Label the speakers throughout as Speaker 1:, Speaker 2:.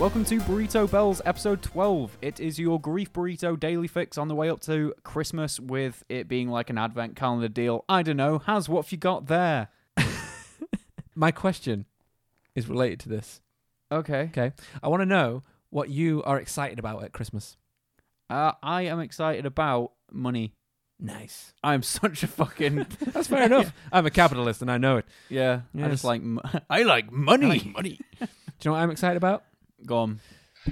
Speaker 1: Welcome to Burrito Bells episode 12. It is your grief burrito daily fix on the way up to Christmas with it being like an advent calendar deal. I don't know. Has what have you got there?
Speaker 2: My question is related to this.
Speaker 1: Okay.
Speaker 2: Okay. I want to know what you are excited about at Christmas.
Speaker 1: Uh, I am excited about money.
Speaker 2: Nice.
Speaker 1: I'm such a fucking
Speaker 2: That's fair enough. I'm a capitalist and I know it.
Speaker 1: yeah. I
Speaker 2: Yes.
Speaker 1: just like m- I like money. money.
Speaker 2: Do you know what I'm excited about?
Speaker 1: Go on.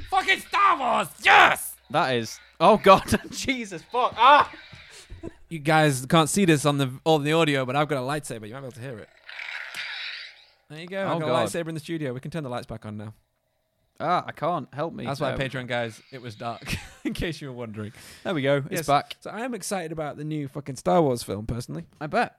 Speaker 2: Fucking Star Wars! Yes!
Speaker 1: That is. Oh God, Jesus fuck. Ah.
Speaker 2: You guys can't see this on the on the audio, but I've got a lightsaber. You might be able to hear it. There you go.
Speaker 1: Oh,
Speaker 2: I've got
Speaker 1: God.
Speaker 2: a lightsaber in the studio. We can turn the lights back on now.
Speaker 1: Ah, I can't help me.
Speaker 2: That's why,
Speaker 1: Um,
Speaker 2: Patreon guys, it was dark, in case you were wondering.
Speaker 1: There we go.
Speaker 2: Yes.
Speaker 1: It's back.
Speaker 2: So I am excited about the new fucking Star Wars film, personally.
Speaker 1: I bet.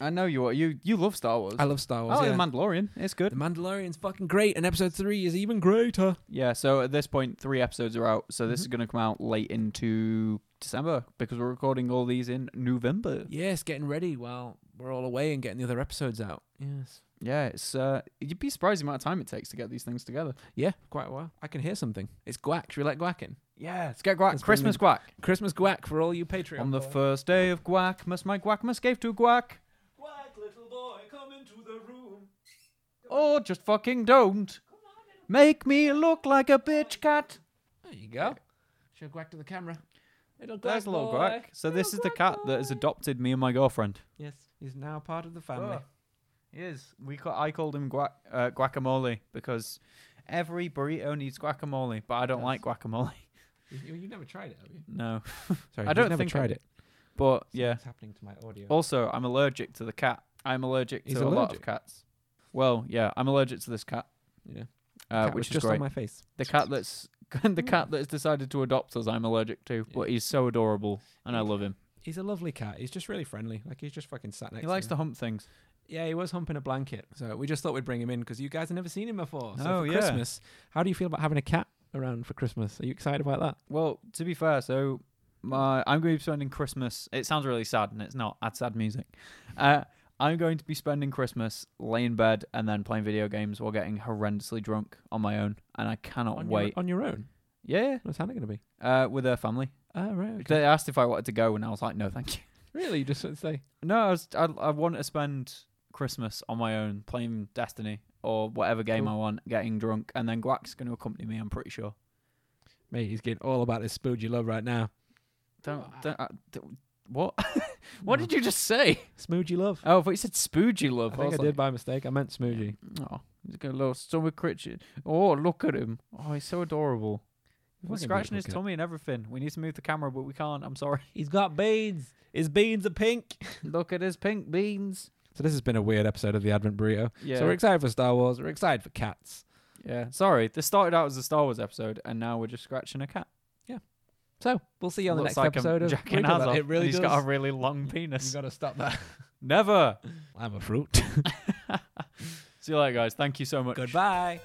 Speaker 1: I know you are. You you love Star Wars.
Speaker 2: I love Star Wars.
Speaker 1: oh,
Speaker 2: yeah.
Speaker 1: the Mandalorian. It's good.
Speaker 2: The Mandalorian's fucking great, and episode three is even greater.
Speaker 1: Yeah, so at this point, three episodes are out. So this is going to come out late into December because we're recording all these in November.
Speaker 2: Yes, getting ready while we're all away and getting the other episodes out. Yes.
Speaker 1: Yeah, it's uh, you'd be surprised the amount of time it takes to get these things together.
Speaker 2: Yeah, quite a while. I can hear something. It's guac. Should we let guac in?
Speaker 1: Yeah, let's get guac.
Speaker 2: Let's bring
Speaker 1: Christmas
Speaker 2: in
Speaker 1: guac.
Speaker 2: Christmas guac for all you Patreon.
Speaker 1: On the
Speaker 2: boys.
Speaker 1: first day of guac, must my guacmas gave to guac,
Speaker 2: Guac, little boy, come into the room.
Speaker 1: or just fucking don't. Make me look like a bitch cat.
Speaker 2: There you go. Show guac to the camera. Little guac.
Speaker 1: There's a little
Speaker 2: boy.
Speaker 1: guac. So this
Speaker 2: Little
Speaker 1: is the
Speaker 2: guac
Speaker 1: cat that has
Speaker 2: boy.
Speaker 1: adopted me and my girlfriend.
Speaker 2: Yes, he's now part of the family.
Speaker 1: Oh. He is. We ca- I called him guac- uh, guacamole because every burrito needs guacamole, but I don't
Speaker 2: Yes.
Speaker 1: like guacamole.
Speaker 2: You, you never tried it, have you?
Speaker 1: No,
Speaker 2: Sorry,
Speaker 1: I
Speaker 2: you've
Speaker 1: don't
Speaker 2: never
Speaker 1: think
Speaker 2: tried
Speaker 1: I-
Speaker 2: it.
Speaker 1: but yeah.
Speaker 2: It's happening to my audio.
Speaker 1: Also, I'm allergic to the cat. I'm allergic
Speaker 2: He's
Speaker 1: to a lot of
Speaker 2: allergic?
Speaker 1: cats. Well, yeah, I'm allergic to this cat,
Speaker 2: yeah.
Speaker 1: uh,
Speaker 2: Cat was
Speaker 1: which is
Speaker 2: just
Speaker 1: great.
Speaker 2: on my face.
Speaker 1: The cat that's the cat that's decided to adopt us, I'm allergic to, but he's so adorable and I
Speaker 2: He-
Speaker 1: love him.
Speaker 2: He's a lovely cat. He's just really friendly. Like he's just fucking sat next.
Speaker 1: He likes
Speaker 2: to
Speaker 1: to
Speaker 2: me.
Speaker 1: hump things.
Speaker 2: Yeah, he was humping a blanket. So we just thought we'd bring him in because you guys have never seen him before. So
Speaker 1: No,
Speaker 2: for
Speaker 1: yeah.
Speaker 2: Christmas, how do you feel about having a cat around for Christmas? Are you excited about that?
Speaker 1: Well, to be fair, so my I'm going to be spending Christmas. It sounds really sad, and it's not. That's sad music. Uh, I'm going to be spending Christmas laying in bed and then playing video games while getting horrendously drunk on my own, and I cannot
Speaker 2: On
Speaker 1: wait.
Speaker 2: your, on your own.
Speaker 1: yeah,
Speaker 2: What's Hannah going to be?
Speaker 1: uh, with her family.
Speaker 2: Oh right. okay.
Speaker 1: They asked if I wanted to go, and I was like, no, thank you.
Speaker 2: Really? You just want to say?
Speaker 1: No, I, was, I, I want to spend Christmas on my own playing Destiny or whatever game
Speaker 2: Cool.
Speaker 1: I want, getting drunk, and then Guac's going to accompany me. I'm pretty sure.
Speaker 2: Mate, he's getting all about this spooge you love right now.
Speaker 1: Don't,
Speaker 2: Well, I-
Speaker 1: don't, I, don't what? what did you just say?
Speaker 2: Smooge you love.
Speaker 1: Oh, I thought you said spoogey
Speaker 2: I
Speaker 1: love.
Speaker 2: think I,
Speaker 1: was
Speaker 2: did by mistake. I meant smoogie.
Speaker 1: like, Oh, he's got a little stomach creature. Oh, look at him. Oh, he's so adorable. He's
Speaker 2: Fucking
Speaker 1: scratching his
Speaker 2: beautiful
Speaker 1: tummy and everything. We need to move the camera, but we can't. I'm sorry.
Speaker 2: cat. He's got beans. His beans are pink.
Speaker 1: look at his pink beans.
Speaker 2: So this has been a weird episode of the Advent Burrito.
Speaker 1: Yeah.
Speaker 2: So we're excited for Star Wars. We're excited for cats.
Speaker 1: yeah. Sorry. This started out as a Star Wars episode, and now we're just scratching a cat.
Speaker 2: So we'll see you on the
Speaker 1: Looks
Speaker 2: next
Speaker 1: like I'm
Speaker 2: episode of
Speaker 1: Jack
Speaker 2: Burrito
Speaker 1: and
Speaker 2: Lab.
Speaker 1: Hazard,
Speaker 2: It
Speaker 1: and
Speaker 2: really
Speaker 1: He's
Speaker 2: does.
Speaker 1: got a really long penis.
Speaker 2: you gotta stop that.
Speaker 1: Never.
Speaker 2: I'm a fruit.
Speaker 1: See you later, guys. Thank you so much.
Speaker 2: Goodbye.